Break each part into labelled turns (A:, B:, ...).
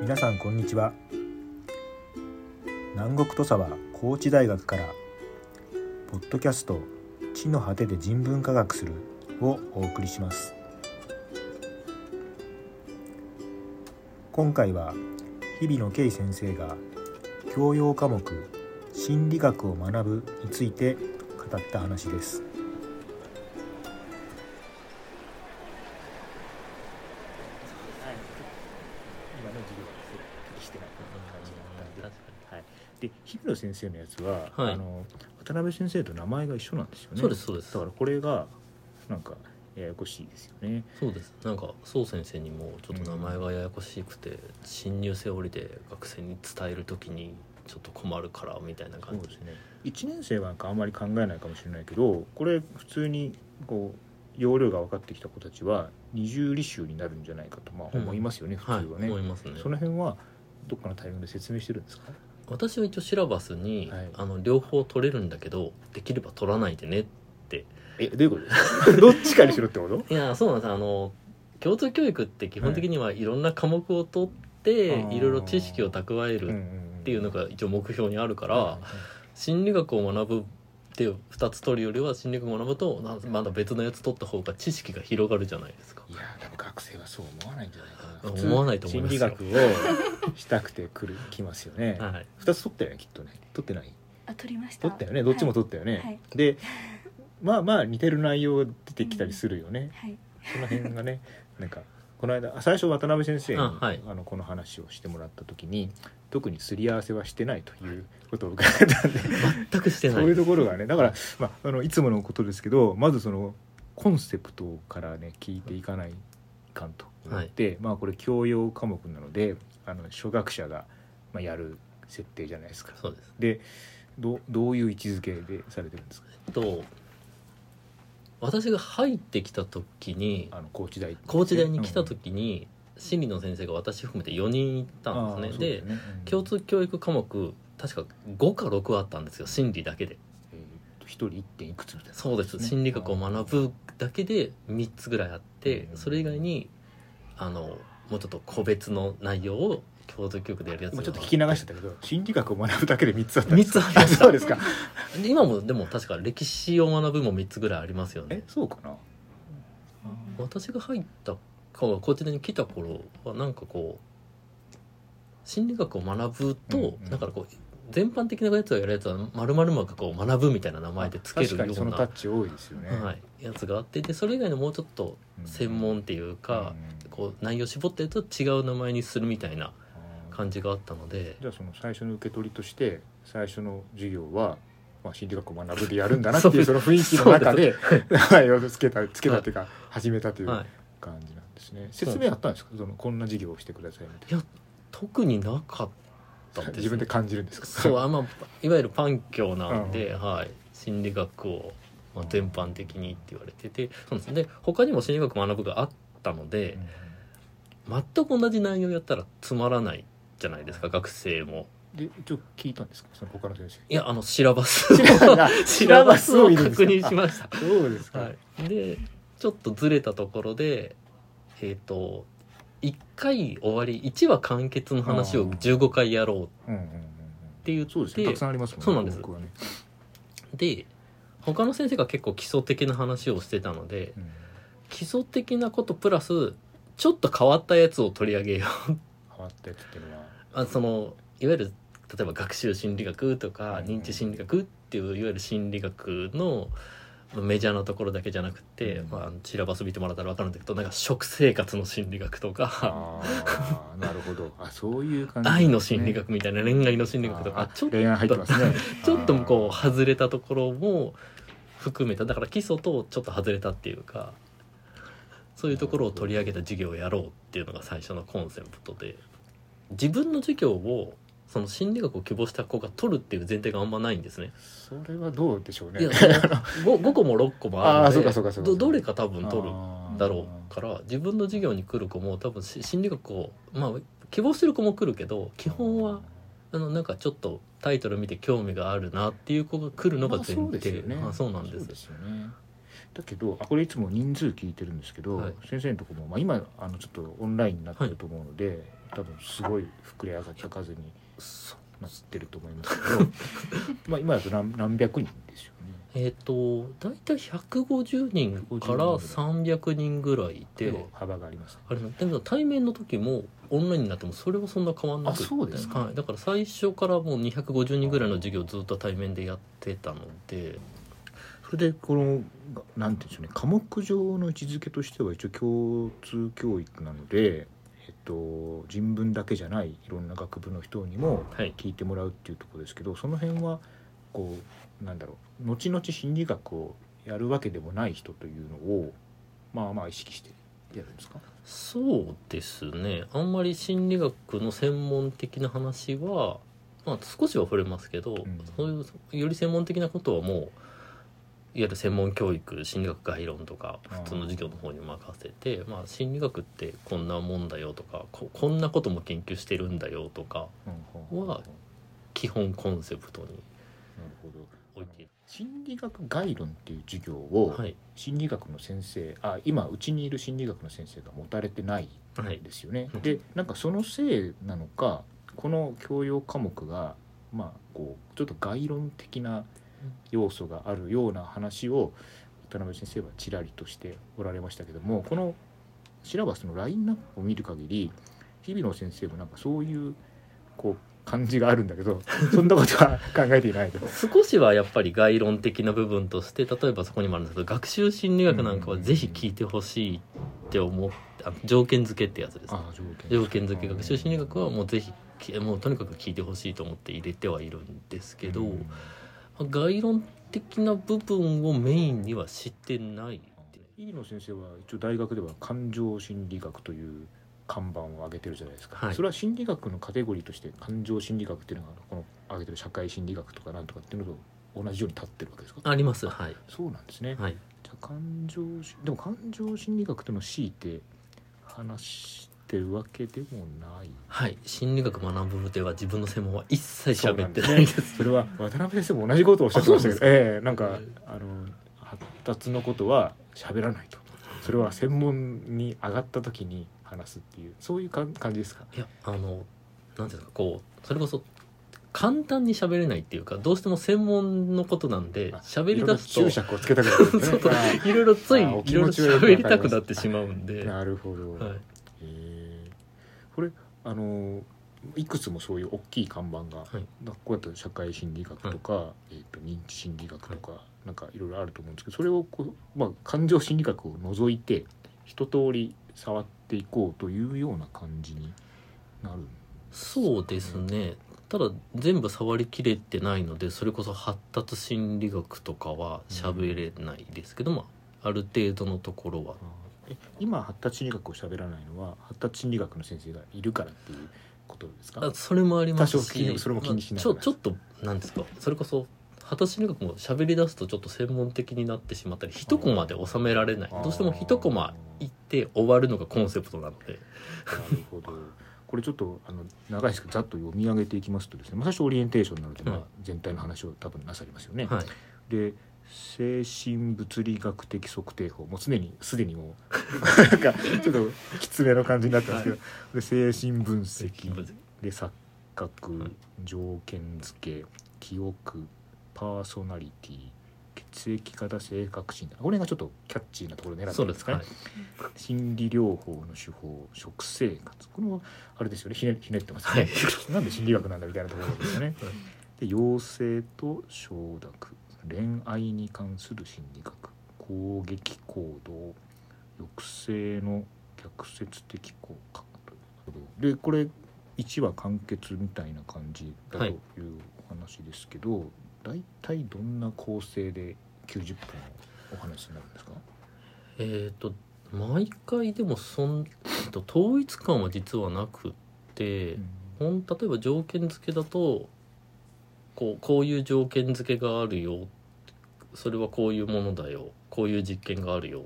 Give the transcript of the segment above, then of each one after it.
A: 皆さんこんにちは南国土佐は高知大学からポッドキャスト地の果てで人文科学するをお送りします今回は日比野圭先生が教養科目心理学を学ぶについて語った話です今の授業は適してない感じだったんではい、で日比野先生のやつは、
B: はい
A: あの渡辺先生と名前が一緒なんですよね
B: そうですそうです
A: だからこれがなんかややこしいですよね
B: そうですなんか宋先生にもちょっと名前がややこしくて、新入生降りで学生に伝える時にちょっと困るからみたいな
A: そう
B: 感じ
A: ですね1年生はなんかあんまり考えないかもしれないけどこれ普通にこう容量が分かってきた子たちは二重履修になるんじゃないかとまあ
B: うん
A: 思いますよね、普通
B: はい、
A: はね、
B: 思いますね
A: その辺はどっかのタイミングで説明してるんです か
B: 私は一応シラバスに、
A: はい
B: あの両方取れるんだけどできれば取らないでね
A: えどういうことですか どっちかにしろって こと
B: いやそうなんですあの共通教育って基本的にはいろんな科目を取って、
A: あー
B: い、ろいろ知識を蓄え
A: うんうん
B: る
A: ん
B: っていうのが一応目標にあるから、
A: は
B: 心理学を学ぶって2つ取るよりは心理学を学ぶとなまだ別のやつ取った方が知識が広がるじゃないですか
A: い、いや多分学生はそう思わないんじゃないかな
B: 思わないと思いますよ
A: 普通心理学をしたくて来る来ますよね
B: はい、
A: 2つ取ったよねきっとね取ってない
C: あ取りました
A: 取ったよねどっちも取ったよね、
C: はいはい
A: でまあまあ似てる内容が出てきたりするよね、
C: はい、
A: その辺がねなんかこの間あ最初渡辺先生にあ、
B: あはい
A: のこの話をしてもらった時に特にすり合わせはしてないということを伺ったんで
B: 全くしてな
A: そ
B: いう
A: いうところがねだから、まあ、あのいつものことですけどまずそのコンセプトからね聞いていかないかんと思って、まあこれ教養科目なのであの初学者が、まあ、やる設定じゃないですか。
B: そうです
A: でどどういう位置づけでされてるんですか
B: えっと私が入ってきた時に
A: あの高知大
B: 高知大に来た時に、心理の先生が私含めて4人いたんですねで共、通教育科目確か5か6あったんですよ心理だけで
A: うんあーそうですねうんえーと一人一点いくつみたいな
B: そうです心理学を学ぶだけで3つぐらいあって
A: うん
B: それ以外にあのもうちょっと個別の内容を共同教育でやるやつ
A: 今
B: が
A: ちょっと聞き流してたけど心理学を学ぶだけで三つあったんで
B: 三
A: す
B: つありました
A: そうですか
B: で今もでも確か歴史を学ぶも3つぐらいありますよ
A: え
B: ね
A: そうかな
B: 私が入ったかこちらに来た頃はなんかこう心理学を学ぶと、
A: うんうん
B: だからこう全般的なやつをやるやつは丸々学を学ぶみたいな名前でつけるよ
A: 確かにそうのタッ
B: な、
A: チ多いですよね、
B: はい、やつがあってでそれ以外のもうちょっと専門っていうか、
A: うん
B: こう内容絞ったやつを違う名前にするみたいな
A: あー
B: 感じがあったので
A: じゃあその最初の受け取りとして最初の授業は、まあ、心理学を学ぶでやるんだなっていうそ
B: そう
A: の雰囲気の中で
B: そうで
A: 名前を つけたつけたっていうか始めたとい
B: す
A: う
B: はい、
A: 感じなんですね、説明あったんですかそのこんな授業をしてくださいみたい
B: いや特になかった
A: な
B: です
A: 自分で感じるんですか
B: そうあんまいわゆるパン教なんで、はい、心理学を、まあ、全般的にって言われててそうですねで他にも心理学学ぶがあったので全く同じ内容やったらつまらないじゃないですか学生も
A: で一応聞いたんですかその他の先生
B: いやあのシラバスを
A: ら
B: シラバスを
A: シラバスを見るんです
B: 確
A: か
B: 認しました
A: そうですか、
B: はい、でちょっとずれたところでえっ、と1回終わり1話完結の話を15回やろう
A: う
B: っ
A: んうんうんうん
B: て言っ
A: そうですねた
B: て
A: くさんありますもんね
B: そうなんです
A: 僕はね、
B: で他の先生が結構基礎的な話をしてたので
A: うん
B: 基礎的なことプラスちょっと変わったやつを取り上げよう
A: ハマったやつっていうのは
B: あそのいわゆる例えば学習心理学と
A: うんう
B: か
A: ん
B: 認知心理学っていういわゆる心理学のまあメジャーなところだけじゃなくて、
A: うん
B: まああの、チラバス見てもらったら分かるんだけどなんか食生活の心理学とか。
A: ああなるほどあそういう感じなんですね、
B: 愛の心理学みたいな恋愛の心理学と
A: あ
B: か
A: ー
B: ちょっと
A: 恋愛入ってますね
B: ちょっとこう
A: あ
B: 外れたところも含めただから基礎とちょっと外れたっていうかそういうところを取り上げた授業をやろうっていうのが最初のコンセプトで自分の授業をその心理学を希望した子が取るっていう前提があんまないんですね。
A: ーそれはどうでしょうね
B: い やその 5, 個も6個も
A: あ
B: あ
A: ー
B: る
A: そう
B: の
A: かそうかそ
B: で
A: うか
B: どどれか多分取るだろう
A: か
B: から自分の授業に来る子も多分し心理学をまあ希望してる子も来るけど基本はあのなんかちょっとタイトル見て興味があるなっていう子が来るのが前提、
A: まあそうですよね
B: あそうなんです
A: そうですよねだけどあこれいつも人数聞いてるんですけど、
B: はい
A: 先生のとこも、まあ、今あのちょっとオンラインになってると思うので、多分すごい膨れ上がった数に
B: そ
A: なってると思いますけ どまあ今だと何何百人ですよね。
B: えっ、と大体150人から300人ぐらいいて
A: 結構幅がありますね。
B: あれなんでも対面の時もオンラインになってもそれはそんな変わんなくって
A: あそうですか
B: はい、だから最初からもう250人ぐらいの授業をずっと対面でやってたので
A: それでこのなんていうんでしょうね科目上の位置づけとしては一応共通教育なので、えっと、人文だけじゃないいろんな学部の人にも
B: はい
A: 聞いてもらうっていうところですけどその辺はこうなんだろう後々心理学をやるわけでもない人というのをまあまあ意識してやるんですか
B: そうですねあんまり心理学の専門的な話は、まあ、少しは触れますけど、
A: ん
B: そういうより専門的なことはもういわゆる専門教育心理学概論とか
A: あー
B: 普通の授業の方に任せてまあ、心理学ってこんなもんだよとかここんなことも研究してるんだよとか
A: うん
B: は基本コンセプトに
A: なるほど
B: 置いている。
A: 心理学概論っていう授業を
B: はい
A: 心理学の先生あ今うちにいる心理学の先生が持たれてない
B: はい
A: ですよね
B: うん。
A: でなんかそのせいなのかこの教養科目がまあこうちょっと概論的な要素があるような話を渡辺先生はちらりとしておられましたけどもこのシラバスのラインナップを見る限り日々の先生もなんかそういうこう感じがあるんだけどそんなことは考えてい ないと。
B: 少しはやっぱり概論的な部分として例えばそこにもあるんですけど学習心理学なんかはぜひ聞いてほしいって思ってあ条件付けってやつですね
A: ああ条件
B: 条件付け学習心理学はも
A: う
B: うぜひきもうとにかく聞いてほしいと思って入れてはいるんですけど、
A: うん
B: 概論的な部分をメインには知ってないっていう
A: 飯野先生は一応大学では感情心理学という看板を上げてるじゃないですか、
B: はい
A: それは心理学のカテゴリーとして感情心理学っていうのがこの上げてる社会心理学とかなんとかっていうのと同じように立ってるわけですか
B: ありますはい
A: そうなんですね、
B: はい
A: じゃあ感情しでも感情心理学というのを強いて話してるわけでもない
B: はい心理学学ぶでは自分の専門は一切
A: そう
B: 喋
A: な
B: っ
A: ん
B: て
A: です
B: な
A: ね
B: いです
A: それは渡辺先生も同じことをおっしゃってましたけど
B: あ
A: ええなんかあの発達のことは喋らないとそれは専門に上がった時に話すっていうそういうかん感じですか
B: いやあの何ていうんですかこうそれこそ簡単に喋れないっていうかどうしても専門のことなんで
A: あ
B: 喋り出す
A: いろいろ注
B: と
A: 釈をつけたくなるんです
B: そ
A: ね
B: うそういろいろついい
A: あ
B: ろ
A: お
B: い
A: 気
B: ろ
A: 持ちはよく
B: 喋りたくな
A: わ
B: っ
A: かり
B: て
A: ます
B: しまうん
A: あ
B: で、
A: ー
B: は
A: なるほど、
B: い、
A: ええこれあのいくつもそういう大きい看板が、
B: はい
A: こうやって社会心理学とか、えー、と認知心理学とか、なんかいろいろあると思うんですけどそれをこう、まあ、感情心理学を除いて一通り触っていこうというような感じになるん
B: そうですねただ全部触りきれてないのでそれこそ発達心理学とかは喋れないですけど、まあある程度のところは
A: え今発達心理学を喋らないのは発達心理学の先生がいるからっていうことですか
B: あそれもあります
A: 多少気に
B: し
A: それも気にしな
B: ま
A: が
B: あ
A: ら
B: ちょちょっとなんですかそれこそ発達心理学も喋り出すとちょっと専門的になってしまったり一コマで収められない
A: あー
B: どうしても一コマ行って終わるのがコンセプトなので
A: なるほど。これちょっとあの長いですけどざっと読み上げていきますとですね、まあ、最初オリエンテーションなので、まあ
B: はい
A: 全体の話を多分なさりますよね。
B: はい
A: で精神物理学的測定法もう常にすでにも うなんかちょっときつめの感じになってますけど、で精神分析で錯覚、
B: はい
A: 条件付け記憶パーソナリティ血液型性格診断これがちょっとキャッチーなところを狙って
B: そ
A: る
B: うんで
A: ですす
B: か
A: か
B: ね
A: ね。心理療法の手法食生活これもあれですよねひねひねってます
B: は
A: ね、
B: い
A: なんで心理学なんだみたいなところですよね
B: はい
A: で陽性と承諾恋愛に関する心理学攻撃行動抑制の逆説的効果ということででこれ1話完結みたいな感じだと
B: はい
A: いうお話ですけど、大体どんな構成で90分のお話になるんですか
B: えっ、と毎回でもそん、えっと統一感は実はなくって、ほん例えば条件付けだとこうこういう条件付けがあるよそれはこういうものだよこういう実験があるよっ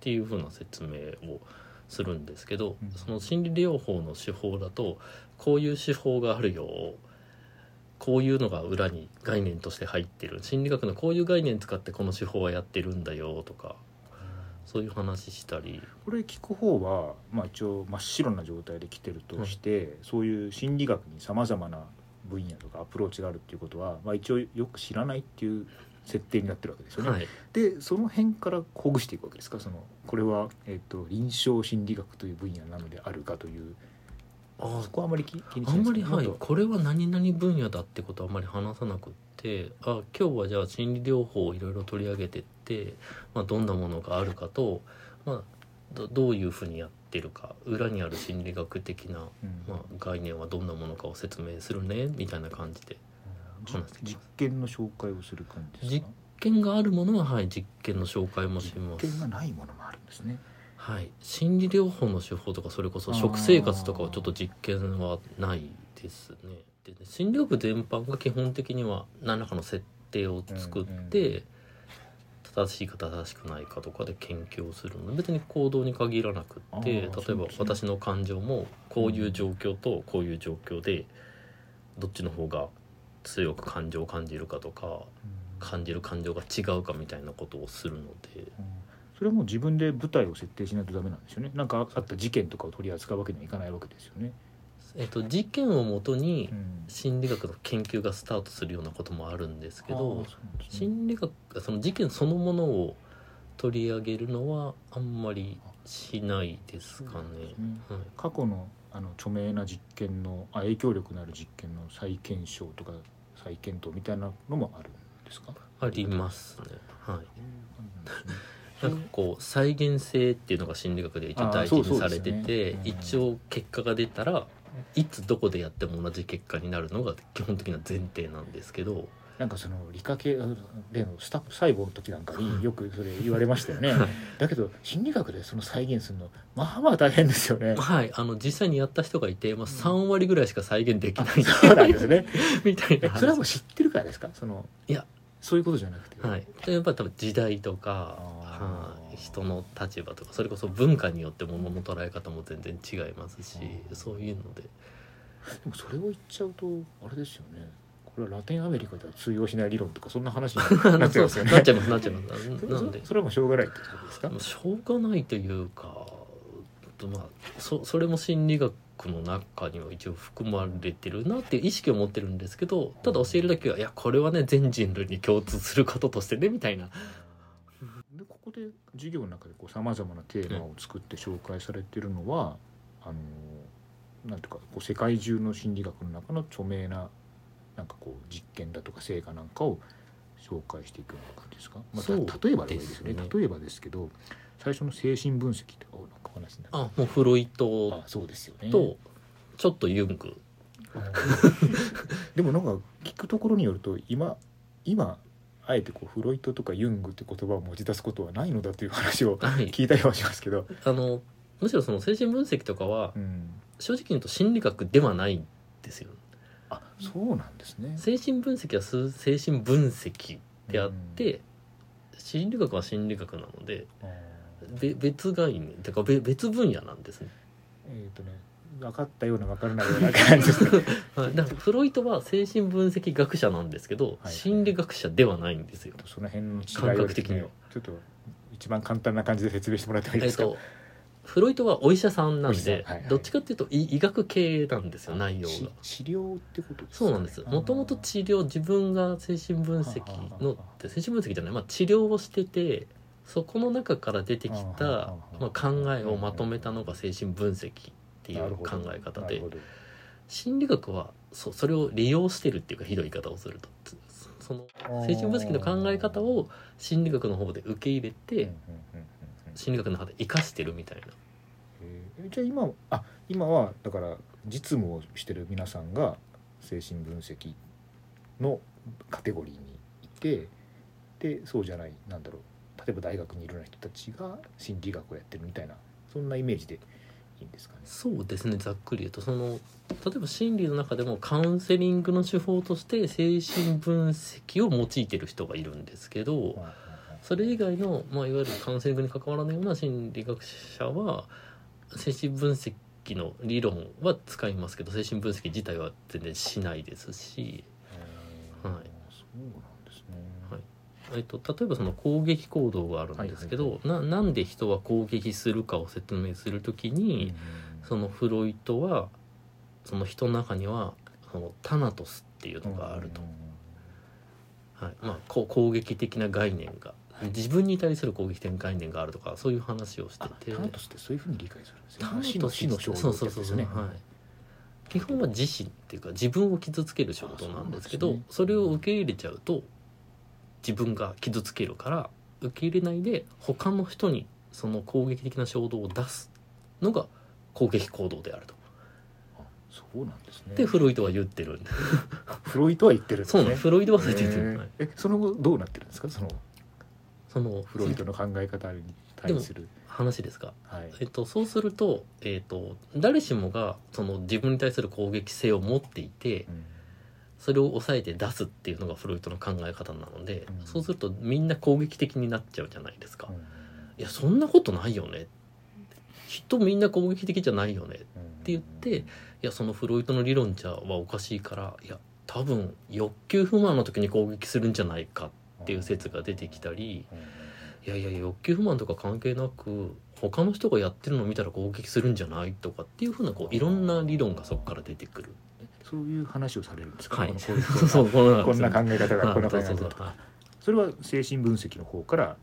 B: ていうふうな説明をするんですけど、
A: うん
B: その心理療法の手法だとこういう手法があるよこういうのが裏に概念として入ってる心理学のこういう概念使ってこの手法はやってるんだよとかそういう話したり
A: これ聞く方は、まあ、一応真っ白な状態で来てるとして、そういう心理学にさまざまな分野とかアプローチがあるっていうことは、まあ、一応よく知らないっていう設定になってるわけですよね。
B: はい
A: でその辺からほぐしていくわけですかそのこれは、えっと臨床心理学という分野なのであるかという
B: あ
A: そこはあまり気気にし
B: あ
A: ない
B: ん
A: ですけ
B: まり
A: ど
B: はい
A: もっと
B: これは何々分野だってことはあんまり話さなくってあ今日はじゃあ心理療法をいろいろ取り上げてって、まあ、どんなものがあるかと、まあ、どどういうふうにやってるか裏にある心理学的な、
A: うん
B: まあ、概念はどんなものかを説明するねみたいな感じで
A: じ
B: 話してき
A: 実
B: ます
A: 験の紹介をする感じですか
B: 実験があるものは、はい、実験の紹介もしま
A: 実
B: す
A: 験がないものもあるんですね。
B: はい、心理療法の手法とかそれこそ
A: あー
B: 食生活とかはちょっと実験はないですね。でね心理療法全般が基本的には何らかの設定を作って、
A: うんう
B: 正しいか正しくないかとかで研究をするので別に行動に限らなく
A: あ
B: っ
A: ー
B: て例え
A: そう
B: ば
A: ですね
B: 私の感情もこういう状況とこういう状況でどっちの方が強く感情を感じるかとか感じる感情が違うかみたいなことをするので。
A: うんそれはもう自分で舞台を設定しないとダメなんですよね。なんかあった事件とかを取り扱うわけにはいかないわけですよね。
B: えっと、事件をもとに
A: うん
B: 心理学の研究がスタートするようなこともあるんですけ
A: あー
B: ど
A: そうなんですね
B: 心理学その事件そのものを取り上げるのはあんまりしないですかね。
A: うん
B: はい、
A: 過去のあの著名な実験のあ影響力のある実験の再検証とか再検討みたいなのもあるんですか。
B: ありますね。はい、
A: う
B: なんんかこう再現性っていうのが心理学で一応大事
A: あーそ
B: に
A: う
B: されて
A: そうで
B: て、
A: すよねうん
B: 一応結果が出たらいつどこでやっても同じ結果になるのが基本的な前提なんですけど、
A: なんかその理科系あの例のスタッフ細胞の時なんか によくそれ言われましたよね。だけど心理学でその再現するのまあまあ大変ですよね。
B: はい、あの実際にやった人がいて、まあ、3割ぐらいしか再現でき
A: あ
B: ない
A: そうなんですね。
B: みたい
A: え
B: な
A: それはもう知ってるからですか。その
B: いや
A: そういうことじゃなくて。
B: はい、やっぱり多分時代とか、
A: あー
B: はい人の立場とかそれこそ文化によって物の捉え方も全然違いますし
A: うん
B: そういうので
A: でもそれを言っちゃうとあれですよねこれはラテンアメリカでは通用しない理論とかそんな話になっちゃいますよね
B: なっちゃいますなっちゃいますな
A: そ
B: なんで
A: それはもうしょうがないってことですか
B: もうしょうがないというかまあそそれも心理学の中には一応含まれてるなっていう意識を持ってるんですけどただ教えるだけはいやこれはね全人類に共通することとしてねみたいな
A: でここで授業の中でさまざまなテーマを作って紹介されてるのは、あのなんていうかこう世界中の心理学の中の著名ななんかこう実験だとか成果なんかを紹介していくような感じですか、まあ、た
B: そう
A: 例えばでもいいですよね
B: です
A: 例えばですけど最初の精神分析とかおなんかお話になる
B: あもうフロイト
A: あそうですよね
B: とちょっとユング
A: でもなんか聞くところによると今今あえてこうフロイトとかユングって言葉を持ち出すことはないのだという話を
B: はい
A: 聞いたりはしますけど、
B: あのむしろその精神分析とかは
A: うん、
B: 正直言うと心理学ではないんですよ
A: あそうなんですね。
B: 精神分析はす精神分析であって、心理学は心理学なので
A: うん、
B: べ別概念てかべ別分野なんですね、
A: えっ、とね分かったような分からないような感じ ですね。
B: はい、だからフロイトは精神分析学者なんですけど、
A: はい
B: 心理学者ではないんですよ
A: その辺の違いをですね
B: 感覚的には
A: ちょっと一番簡単な感じで説明してもらってもいい
B: え
A: で
B: っ
A: すか。
B: とフロイトはお医者さんな
A: お
B: ん
A: 医者
B: で、
A: さんはいはい
B: どっちかっていうと医医学系なんですよ内容が
A: し治療ってことですか
B: そうなんですもともと治療自分が精神分析のって精神分析じゃない、まあ、治療をしててそこの中から出てき
A: あーは
B: た
A: あはあ
B: まあ、考えをまとめたのが精神分析っていう考え方で心理学はそそれを利用してるっていうかひどい言い方をするとつその精神分析の考え方を心理学の方で受け入れ
A: で
B: て心理学の方で生かしてるみたいな
A: えーじゃあ今あ今はだから実務をしてる皆さんが精神分析のカテゴリーにいてでそうじゃないなんだろう例えば大学にいるような人たちが心理学をやってるみたいなそんなイメージでいいんですかね。
B: そうですねざっくり言うとその例えば心理の中でもカウンセリングの手法として精神分析を用いてる人がいるんですけどそれ以外の、まあ、いわゆるカウンセリングに関わらないような心理学者は精神分析の理論は使いますけど精神分析自体は全然しないですし
A: えー
B: はい
A: そうなんですね。
B: はいえっと、例えばその攻撃行動があるんですけど、ななんで人は攻撃するかを説明するときに、そのフロイトはその人の中にはそのタナトスっていうのがあると、はいまあ、こう攻撃的な概念が自分に対する攻撃的な概念があるとかそういう話をして
A: あ
B: て
A: タナトスってそういうふうに理解するんですね
B: タナトス
A: 死の死の
B: そ
A: 衝
B: う
A: 動
B: そうそうそ
A: ってやつです
B: う、
A: ね
B: はい、基本は自身っていうか自分を傷つける衝動なんですけど
A: あ
B: そ
A: そうなんですね
B: れを受け入れちゃうと自分が傷つけるから受け入れないで他の人にその攻撃的な衝動を出すのが攻撃行動であると。
A: あそうなんですね
B: でフロイトは言ってるんで
A: フロイトは言ってるんです
B: そう
A: ね
B: なんですフロイトはそう言ってる、
A: へー
B: はい
A: えその後どうなってるんですかその
B: その
A: フロイトの考え方に対する
B: 話ですか
A: はい
B: えっと、そうすると,、えっと誰しもがその自分に対する攻撃性を持っていて
A: うん
B: それを抑えて出すっていうのがフロイトの考え方なので、
A: うん
B: そうするとみんな攻撃的になっちゃうじゃないですか、
A: うん
B: いやそんなことないよね人みんな攻撃的じゃないよねいて言ってやそのフロイトの理論じゃはおかしいからいや多分欲求不満の時に攻撃するんじゃないかっていう説が出てきたり
A: うん
B: いやいや欲求不満とか関係なく他の人がやってるのを見たら攻撃するんじゃないとかっていうふうなこういろんな理論がそこから出てくる。
A: そういう話をされるんですか、
B: は
A: こ
B: い
A: のこういう
B: そうそうこの
A: こんな考え方
B: は
A: が
B: い
A: こんな考
B: そう
A: え
B: そう
A: 方
B: そう
A: だそれは精神分析の方から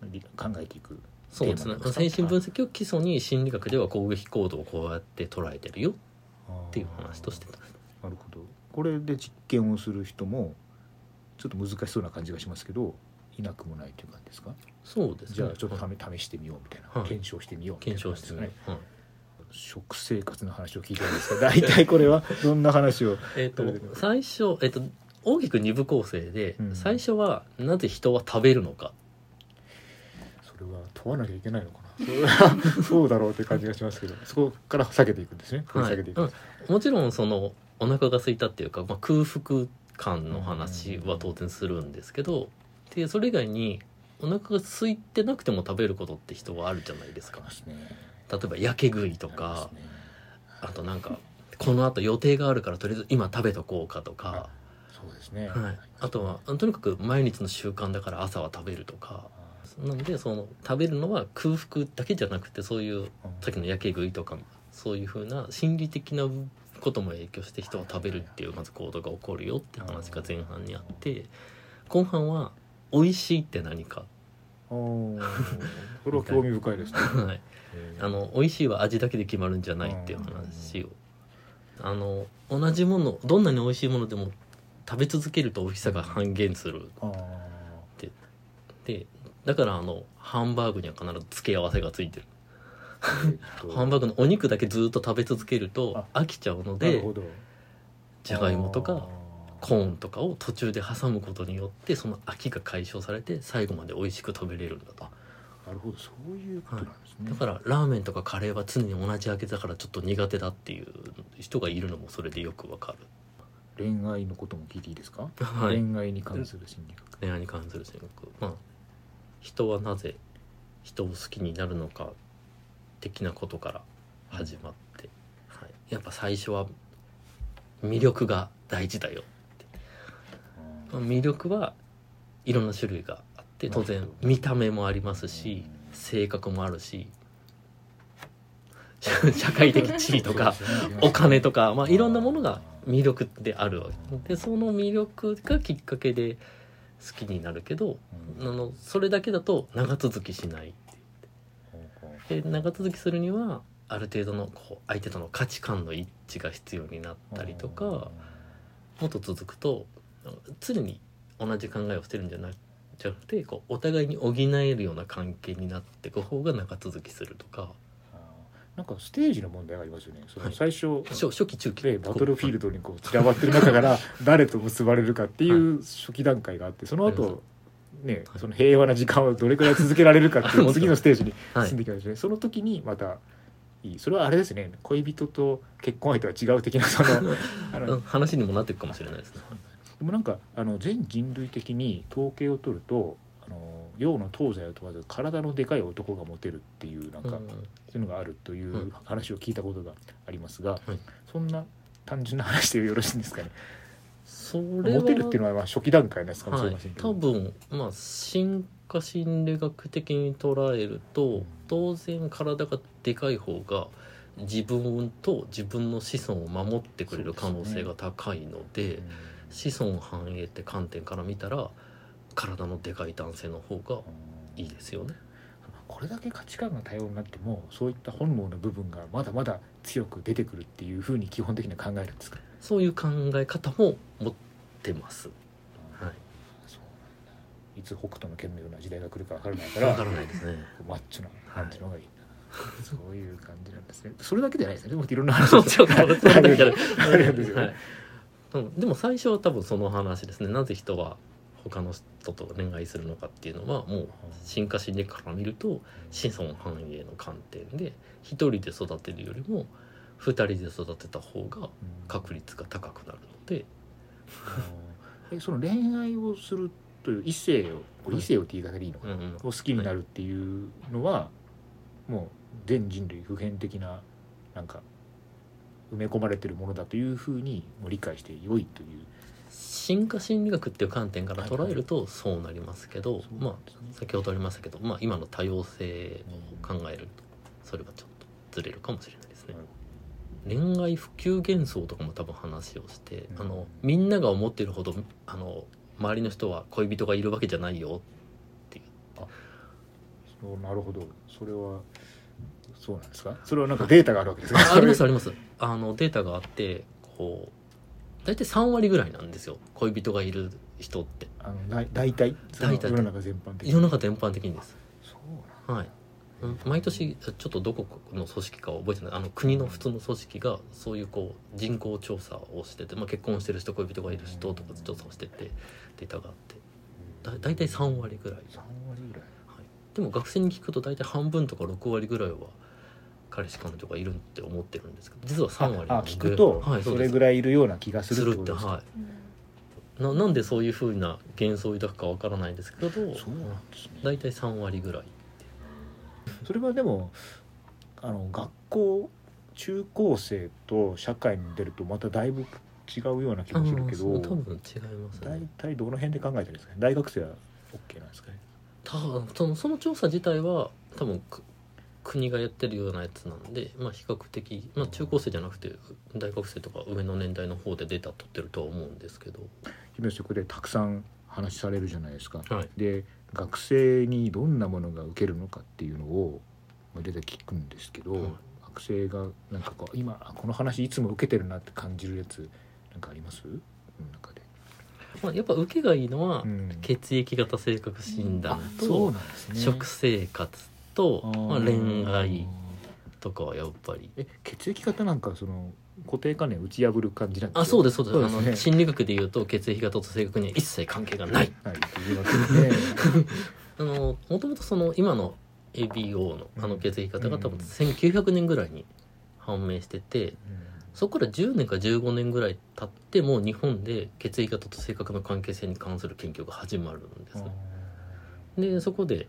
A: 理考えていく
B: そうです
A: テーマ
B: ね
A: なんですか
B: 精神分析を基礎に心理学では攻撃行動をこうやって捉えてるよっ
A: って
B: いう話としてます
A: なるほどこれで実験をする人もちょっと難しそうな感じがしますけどいなくもないという感じですか
B: そうですね
A: じゃあちょっと
B: はい
A: 試試してみようみたいな、
B: はい
A: 検証してみようみたい
B: 検
A: な
B: 証して
A: 感じ
B: ね
A: ですかね、
B: はい
A: 食生活の話を聞いてるん ですが大体これはどんな話を
B: えっと最初、えっと大きく二部構成で、
A: うん
B: 最初はなぜ人は食べるのか
A: それは問わなきゃいけないのかなそれ はそうだろうという感じがしますけどそこから避けていくんですね掘り
B: はい
A: 下げていくんです、
B: うんもちろんそのお腹が空いたっていうか、まあ、空腹感の話は当然するんですけどでそれ以外にお腹が空いてなくても食べることって人はあるじゃないです
A: あり
B: か
A: ますね
B: 例えばやけ食いとかあとなんかこのあと予定があるからとりあえず今食べとこうかとか、
A: そうですね
B: はい、あとはとにかく毎日の習慣だから朝は食べるとかなのでその食べるのは空腹だけじゃなくてそういうさっきのやけ食いとかもそういうふうな心理的なことも影響して人は食べるっていうまず行動が起こるよって話が前半にあって後半は「美味しいって何か
A: おーそれは興味深いです」 ね
B: はい
A: え
B: 「
A: ー
B: あの美味しいは味だけで決まるんじゃない」っていう話をあの同じものどんなに美味しいものでも食べ続けると美味しさが半減する
A: あー
B: でだからあのハンバーグには必ず付け合わせがついてる
A: えー っと
B: ハンバーグのお肉だけずっと食べ続けると飽きちゃう
A: な
B: の
A: る
B: で
A: ほど
B: じゃがいもとか
A: あー
B: コーンとかを途中で挟むことによってその飽きが解消されて最後まで美味しく食べれるんだと
A: なるほどそういうことなんですね、
B: だからラーメンとかカレーは常に同じ味だからちょっと苦手だっていう人がいるのもそれでよくわか
A: 恋愛のことも聞いていいですか、
B: る、はい、
A: 恋愛に関する心理学
B: 恋愛に関する戦略まあ人はなぜ人を好きになるのか的なことから始まって、はい、やっぱ最初は魅力が大事だよ
A: あー
B: 魅力はいろんな種類があって当
A: な
B: 然
A: るほど
B: 見た目もありますし性格もあるし 社会的地位とか
A: そうですね
B: お金とか、まあ、いろんなものが魅力であるわけでその魅力がきっかけで好きになるけどあ
A: うん
B: のそれだけだと長続きしないで長続きするにはある程度のこう相手との価値観の一致が必要になったりとかもっと続くと常に同じ考えをしてるんじゃなじゃなくてこうお互いに補えるような関係になっていく方が長続きするとか
A: あーなんかステージの問題がありますよねそ
B: は
A: の
B: い
A: 最初、
B: 初初期中期
A: でバトルフィールドにこう散らばってる中 から誰と結ばれるかっていう初期段階があってその
B: はい
A: 後ねその平和な時間をどれくらい続けられるか っていう
B: もっと
A: 次のステージに
B: は
A: 進
B: い
A: んでいきますね、その時にまたいいそれはあれですね恋人と結婚相手は違う的なそ のあ
B: う
A: の
B: ん話にもなっていくかもしれないですね。
A: でもなんかあの全人類的に統計を取るとあの洋の東西を問わず体のでかい男がモテるっていうなんか、
B: うん
A: そういうのがあるとい
B: うん
A: う話を聞いたことがありますが、
B: い
A: そんな単純な話でよろしいんですかね。
B: それは
A: モテるっていうのはまあ初期段階のやつかもし
B: は
A: れ
B: い
A: ませんけど、
B: 多分まあ進化心理学的に捉えると当然体がでかい方が自分と自分の子孫を守ってくれる可能性が高いので
A: うん
B: 子孫繁栄って観点から見たら体のでかい男性の方がいいですよね。
A: これだけ価値観が多様になってもそういった本能の部分がまだまだ強く出てくるっていうふうに基本的には考えるんですか
B: そういう考え方も持ってます。はい
A: そうなんだいつ北斗の拳のような時代が来るか分からないか
B: わ
A: ら
B: からないですね。
A: マッチョな
B: はい
A: 感じの方がいいな、そういう感じなんですねそれだけじゃないですねでもいろんな話
B: そうちょっとそんなことじゃない
A: あれなんですよね
B: はいうんでも最初は多分その話ですねなぜ人は他の人と恋愛するのかっていうのはもう進化心理から見ると子孫繁栄の観点で一人で育てるよりも二人で育てた方が確率が高くなるので
A: うんえその恋愛をするという異性をこれ異性をって言い方でいいのか
B: う
A: な、
B: ん
A: を好きになるっていうのは、もう全人類普遍的ななんか埋め込まれてるものだというふうにもう理解して良いという
B: 進化心理学っていう観点から捉えるとそうなりますけどまあ先ほどありましたけど、まあ、今の多様性を考えるとそれはちょっとずれるかもしれないですね
A: なる。
B: 恋愛普及幻想とかも多分話をして、
A: うん
B: あのみんなが思ってるほどあの周りの人は恋人がいるわけじゃない よ
A: そうなるほどそれはそうなんですかそれはなんかデータがあるわけですか
B: あありますありますあのデータがあってこう大体3割ぐらいなんですよ恋人がいる人って
A: あのだい大体その
B: 大体
A: 世の中全般的に
B: 世の中全般的にです
A: そう
B: はいうん毎年ちょっとどこの組織かは覚えてないあの国の普通の組織がそういうこう人口調査をしてて、まあ、結婚してる人恋人がいる人とか調査をしててデータがあってだ
A: なんだ
B: 大体3割ぐらい
A: 3割ぐらい
B: でも学生に聞くと大体半分とか6割ぐらいは彼氏彼女がいるって思ってるんですけど実は3割
A: あ
B: な
A: あ
B: ので
A: 聞くと
B: はい、
A: それぐ
B: い
A: らいいるような気がす
B: す
A: るって
B: るっ
A: こ
B: て
A: とですか
B: はいななんでそういうふうな幻想を抱くかわからないですけど
A: そうなんですね
B: 大体3割ぐらい
A: それはでもあの学校中高生と社会に出るとまただいぶ違うような気
B: あ
A: がするけ
B: ーそう多
A: ど
B: 分違います
A: 大
B: ね
A: 体どの辺で考えてるんですかね大学生は OK なんですかね
B: たそのその調査自体は多分く国がやってるようなやつなんで、まあ、比較的、まあ、中高生じゃなくて大学生とか上の年代の方でデータ取ってるとは思うんですけど、
A: 姫職でたくさん話されるじゃないですか、
B: はい、
A: で学生にどんなものが受けるのかっていうのをまあ出て聞くんですけど、
B: はい
A: 学生がなんかこう今あこの話いつも受けてるなって感じるやつなんかありますこの中で、
B: まあ、やっぱ受けがいいのは、
A: うん
B: 血液型性格診
A: あ
B: 断
A: そう
B: と
A: なんですね
B: 食生活と、
A: あー
B: まあ、恋愛とかはやっぱり
A: え血液型なんかその固定観念打ち破る感じなん
B: あそうですすそうです
A: そうですね
B: あの心理学でいうと血液型と性格には一切関係がない
A: はいというわ けでね
B: あのもともとその今の ABO のあの血液型が多
A: うん
B: 分1900年ぐらいに判明しててそこから10年か15年ぐらい経ってもう日本で血液型と性格の関係性に関する研究が始まるんです
A: うん
B: ね
A: あー
B: でそこで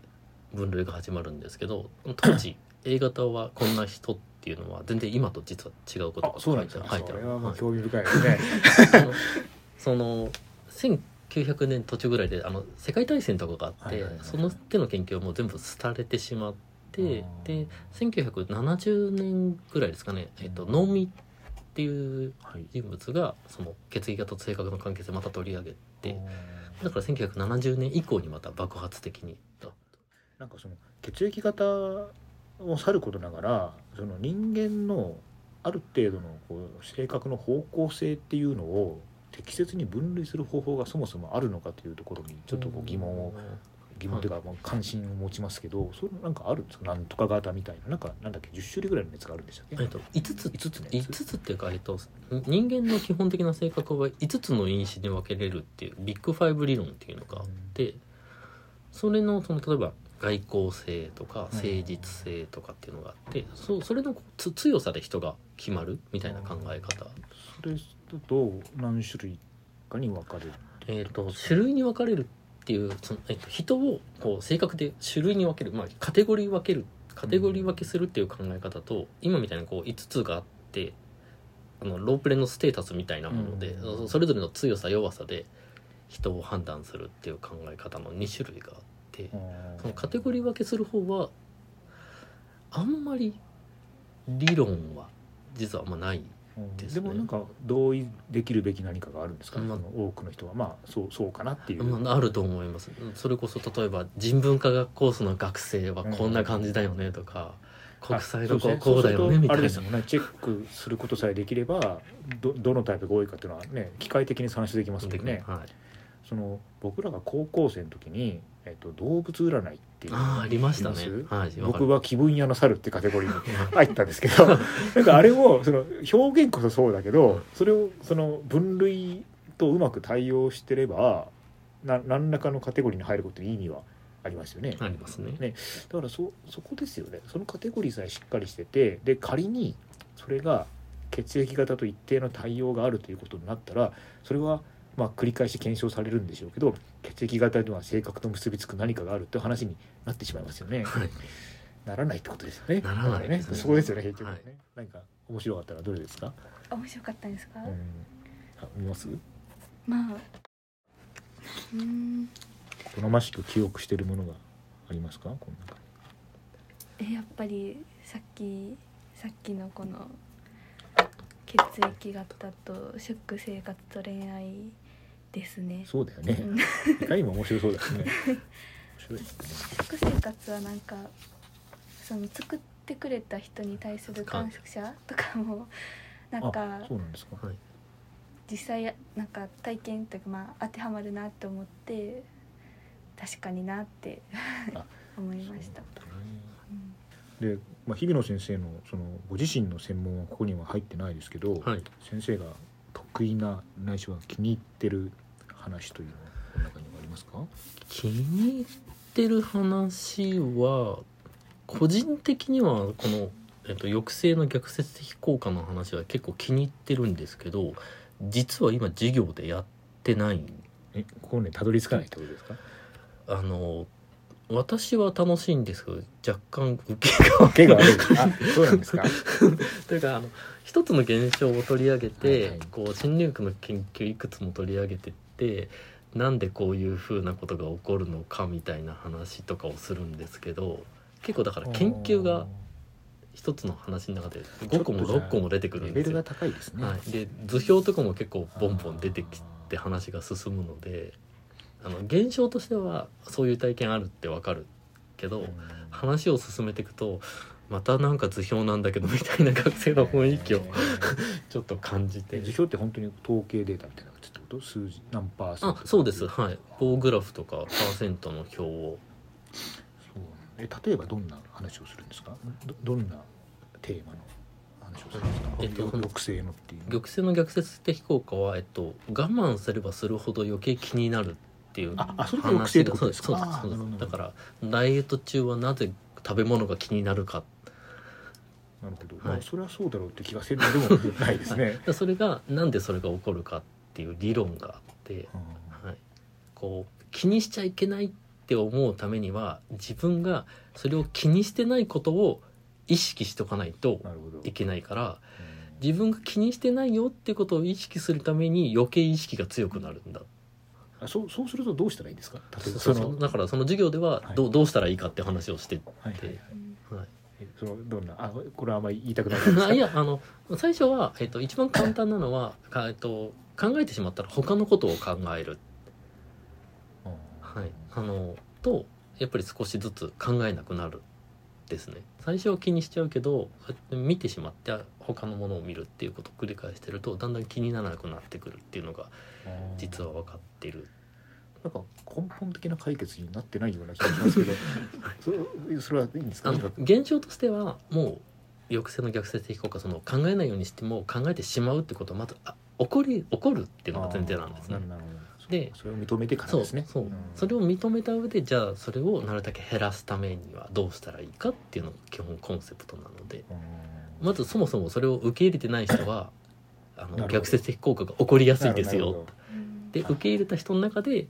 B: 分類が始まるんですけど当時 A 型はこんな人っていうのは全然今と実は違うこと
A: あそうなんですね
B: 書いて
A: そ
B: あ
A: れ
B: る
A: はもう
B: はい
A: 興味深いですね
B: あの その1900年途中ぐらいであの世界大戦とかがあっ
A: はい
B: て
A: はいはい
B: その手の研究はもう全部廃れてしまって
A: あー
B: で1970年ぐらいですかね、えっと、
A: うん
B: 能見っていう
A: はい
B: 人物がその血液型と性格の関係性また取り上げてだから1970年以降にまた爆発的に
A: なんかその血液型をさることながらその人間のある程度のこう性格の方向性っていうのを適切に分類する方法がそもそもあるのかというところにちょっとこう疑問を疑問というか、まあ、関心を持ちますけどそれなんかあるんですかなんとか型みたいななんかなんだっけ10種類ぐらいのやつがあるんでしたっけ、
B: えっと、5つ
A: 5つね
B: 5つっていうか、えっと、人間の基本的な性格は5つの因子に分けれるっていうビッグファイブ理論っていうのがあってそれのその例えば外交性とか
A: うん
B: 誠実性とかっていうのがあってそそれのつ強さで人が決まるみたいな考え方
A: それだと何種類かに分かれる
B: えっと種類に分かれるっていうその、えっと、人をこう性格で種類に分ける、まあ、カテゴリー分けるカテゴリー分けするっていう考え方と、今みたいにこう5つがあってあのロープレのステータスみたいなもので、
A: うん
B: そそれぞれの強さ弱さで人を判断するっていう考え方の2種類があって、そのカテゴリー分けする方はあんまり理論は実はあんまない
A: うん
B: ですね
A: でもなんか同意できるべき何かがあるんですかね、
B: まあ
A: その多くの人はまあそうそうかなっていう、
B: まあ、あると思いますそれこそ例えば人文科学コースの学生はこんな感じだよねとか、国際の
A: あそ
B: こ
A: うですね
B: うこうだよねみたいな
A: そうするとあれですもんねチェックすることさえできればどどのタイプが多いかっていうのはね機械的に算出できますもんね
B: はい、
A: その僕らが高校生の時に、えっと、動物占いっていう
B: ああありましたね
A: います
B: はいわか
A: 僕
B: る
A: は気分屋の猿ってカテゴリーに入ったんですけ どなんかあれをその表現こそそうだけどそれをその分類とうまく対応してればな何らかのカテゴリーに入ることに意味はありますよね。
B: ありますね
A: ねだからそそこですよねそのカテゴリーさえしっかりしててで仮にそれが血液型と一定の対応があるということになったらそれはまあ繰り返し検証されるんでしょうけど血液型には性格と結びつく何かがあるって話になってしまいますよね。
B: はい
A: ならないってことですよね。
B: ならないで
A: ですす
B: ね
A: ね。そこですよね結局
B: は
A: ね
B: い。
A: 何か面白かったらどれですか？
C: 面白かったですか、
A: うん。あ見ます？
C: まあうーん
A: 好ましく記憶しているものがありますか？この中に。
C: えやっぱりさっきさっきのこの血液型と食生活と恋愛ですね
A: そうだよね。
C: うん
A: いかにも面白そうだよね。面白いですね。
C: 食生活はなんかその作ってくれた人に対する感謝とかもなん
A: あ
C: か
A: そうなんですか。
B: はい
C: 実際なんか体験というかまあ当てはまるなって思って確かになって
A: あ
C: 思いました。
A: そうなんだね
C: うん
A: で、まあ日比野先生のそのご自身の専門はここには入ってないですけど、
B: はい
A: 先生が得意なないしは気に入ってる話というのはこの中にはありますか？
B: 気に入ってる話は個人的にはこの、えっと、抑制の逆説的効果の話は結構気に入ってるんですけど実は今授業でやってない
A: え、ここねたどり着かないってことですか？
B: あの私は楽しいんですけど若干受けが悪い
A: 手が悪 い。あ、そうなんですか。
B: というかあの一つの現象を取り上げて、
A: はいはい
B: こう新入学の研究いくつも取り上げてってなんでこういうふうなことが起こるのかみたいな話とかをするんですけど結構だから研究が一つの話の中で5個も6個も出てくる
A: レ
B: ん
A: ベ
B: です
A: ル
B: よ
A: が。高いですね。
B: はい、で図表とかも結構ボンボン出てきて話が進むのであの現象としてはそういう体験あるってわかるけど、
A: うん
B: 話を進めていくとまたなんか図表なんだけどみたいな学生の雰囲 気を
A: えー
B: ちょっと感じ
A: え
B: て
A: ー辞表って本当に統計データみたいなやつってこと数字何パーセント
B: あそうです
A: そう
B: はい棒グラフとかパーセントの表を
A: え例えばどんな話をするんですかどどんなテーマの話をするんですか、
B: えっと
A: よ抑制のっていう
B: 玉性の逆説的効果は、えっと、我慢すればするほど余計気になるっていう
A: ああそれが抑制
B: 話
A: ってことです
B: そう
A: か
B: です
A: あー
B: そうです
A: なるほ
B: そうです
A: ど
B: だからダイエット中はなぜ食べ物が気になるか
A: なるほど、
B: はい、
A: まあ、それはそうだろうって気がせるのでもないですね
B: それがなんでそれが起こるかっていう理論があって、
A: うん
B: はい、こう気にしちゃいけないって思うためには自分がそれを気にしてないことを意識しとかないと
A: なるほど、
B: いけないから
A: うん
B: 自分が気にしてないよってことを意識するために余計意識が強くなるんだ
A: あそうそうするとどうしたらいいんですか例えば
B: そ
A: そ
B: うそ
A: の
B: うだからその授業ではど,、
A: は
B: うどうしたらいいかって話をしてて、
A: はいはいはい
C: うん
B: はい
A: えそのどんなあこれはあんまり言いたくない
B: あいやあの最初は、えっと、一番簡単なのは、かえっと、考えてしまったら他のことを考える、
A: うん
B: はい、あのとやっぱり少しずつ考えなくなるですね最初は気にしちゃうけどこうやって見てしまって他のものを見るっていうことを繰り返してるとだんだん気にならなくなってくるっていうのが
A: うん
B: 実は分かってる
A: なんか根本的な解決になってないような気がしますけどそそれはいいんですか
B: あの現象としてはもう抑制の逆説的効果その考えないようにしても考えてしまうってことはまずあ起こり起こるっていうのが前提なんですね
A: あー。なるほどなるほど
B: で
A: それを認めてから
B: そう
A: ですね
B: そう、
A: ん
B: それを認めた上でじゃあそれをなるだけ減らすためにはどうしたらいいかっていうのが基本コンセプトなので
A: うん
B: まずそもそもそれを受け入れてない 人はあ
A: なる
B: の
A: ほど
B: 逆説的効果が起こりやすいです
A: なるほ
B: よ。
A: ど
C: うん
B: で
A: はい
B: 受け入れた人の中で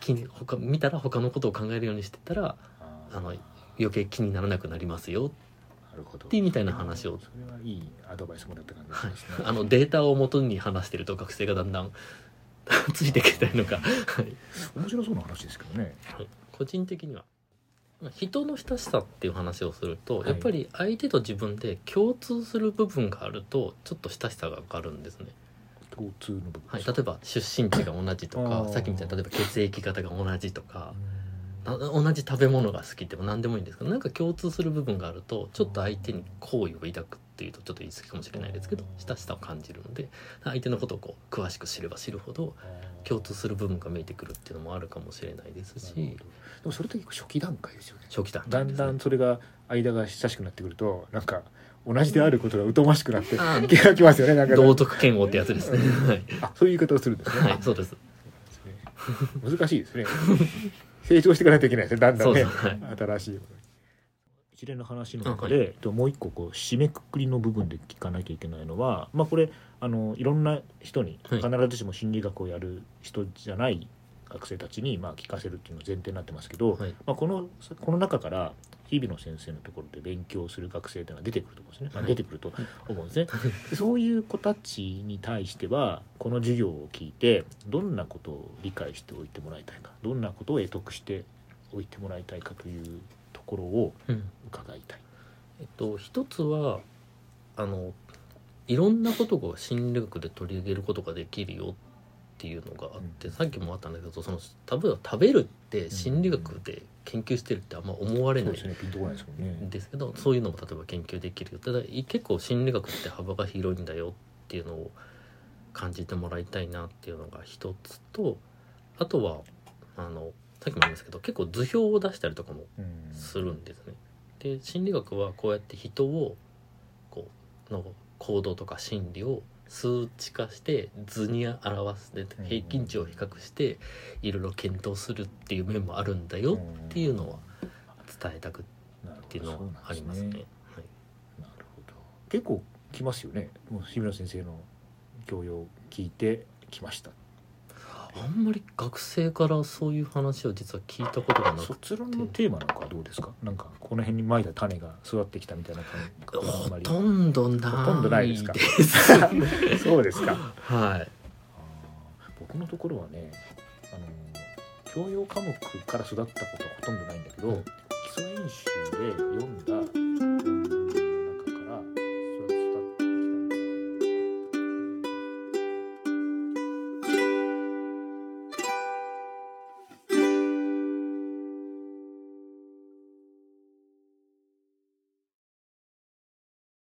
B: 気に他見たら他のことを考えるようにしてたら
A: あー
B: あの余計気にならなくなりますよ
A: なるほど
B: ってみたいな話を
A: それはいいアドバイスもらった感じがしますね、
B: あのデータを元に話してると学生がだんだ んついてきたいのか、はい
A: 面白そうな話ですけどね
B: はい個人的には人の親しさっていう話をすると、
A: はい
B: やっぱり相手と自分で共通する部分があるとちょっと親しさが上がるんですね、
A: 共通の部分
B: はい、例えば出身地が同じと
A: あ
B: か
A: ー
B: さっきみたいに例えば血液型が同じとか
A: うん
B: な同じ食べ物が好きでも何でもいいんですけどなんか共通する部分があるとちょっと相手に好意を抱くっていうとちょっと言い過ぎかもしれないですけど親しさを感じるので相手のことをこう詳しく知れば知るほど共通する部分が見えてくるっていうのもあるかもしれないで
A: なる
B: す
A: ほ
B: し
A: どでもそれって結構初期段階ですよね
B: 初期段
A: だ
B: 階で
A: ん
B: す
A: だん
B: ね。
A: それが間が親しくなってくるとなんか同じであることが疎ましくなって
B: あー
A: 気がきますよねなんか
B: 道徳嫌悪ってやつですね。はい、
A: あそういう言い方をするんですね、
B: はい、そうです。
A: そうですね難しいですね成長していかないといけないですねだんだんね
B: そうそうは
A: 新しい一連の話の中で、えっともう一個こう締めくくりの部分で聞かなきゃいけないのは、まあ、これあのいろんな人に
B: はい
A: 必ずしも心理学をやる人じゃない学生たちにまあ聞かせるっていうのが前提になってますけど、
B: はい
A: まあ、このこの中から日々の先生のところで勉強する学生っていうのは出てくると思うんですね、まあ
B: はい
A: 出てくると思うんですね。 でそういう子たちに対してはこの授業を聞いてどんなことを理解しておいてもらいたいかどんなことを得得しておいてもらいたいかというところを
B: うん
A: 伺いたい。
B: えっと一つはあのいろんなことを心理学で取り入れることができるよっていうのがあって、
A: うん
B: さっきもあったんだけどその例えば食べるって心理学で研究してるってあんま思われ
A: そ
B: な
A: う
B: い
A: ですねピンとこないですもんね。
B: ですけどそういうのも例えば研究できるよただい結構心理学って幅が広いんだよっていうのを感じてもらいたいなっていうのが一つとあとはあのさっきも言いましたけど結構図表を出したりとかも
A: うん
B: するんですね。で心理学はこうやって人をこうの行動とか心理を数値化して図に表すで
A: うん
B: 平均値を比較していろいろ検討するっていう面もあるんだよっていうのは伝えたくっていうのはありますね。
A: なるほど。結構来ますよね。もう日村先生の教養を聞いてきました。
B: はい、あんまり学生からそういう話を実は聞いたことがなくて
A: 卒論のテーマなんかはどうですか。なんかこの辺にまいた種が育ってきたみたいな感覚はあ
B: ほ
A: まり。
B: とんど
A: ほとんどな
B: ないい
A: で
B: ですす
A: か
B: は
A: そうですか。
B: い
A: あー僕のところはねあの教養科目から育ったことはほとんどないんだけど、
B: うん
A: 基礎演習で読んだ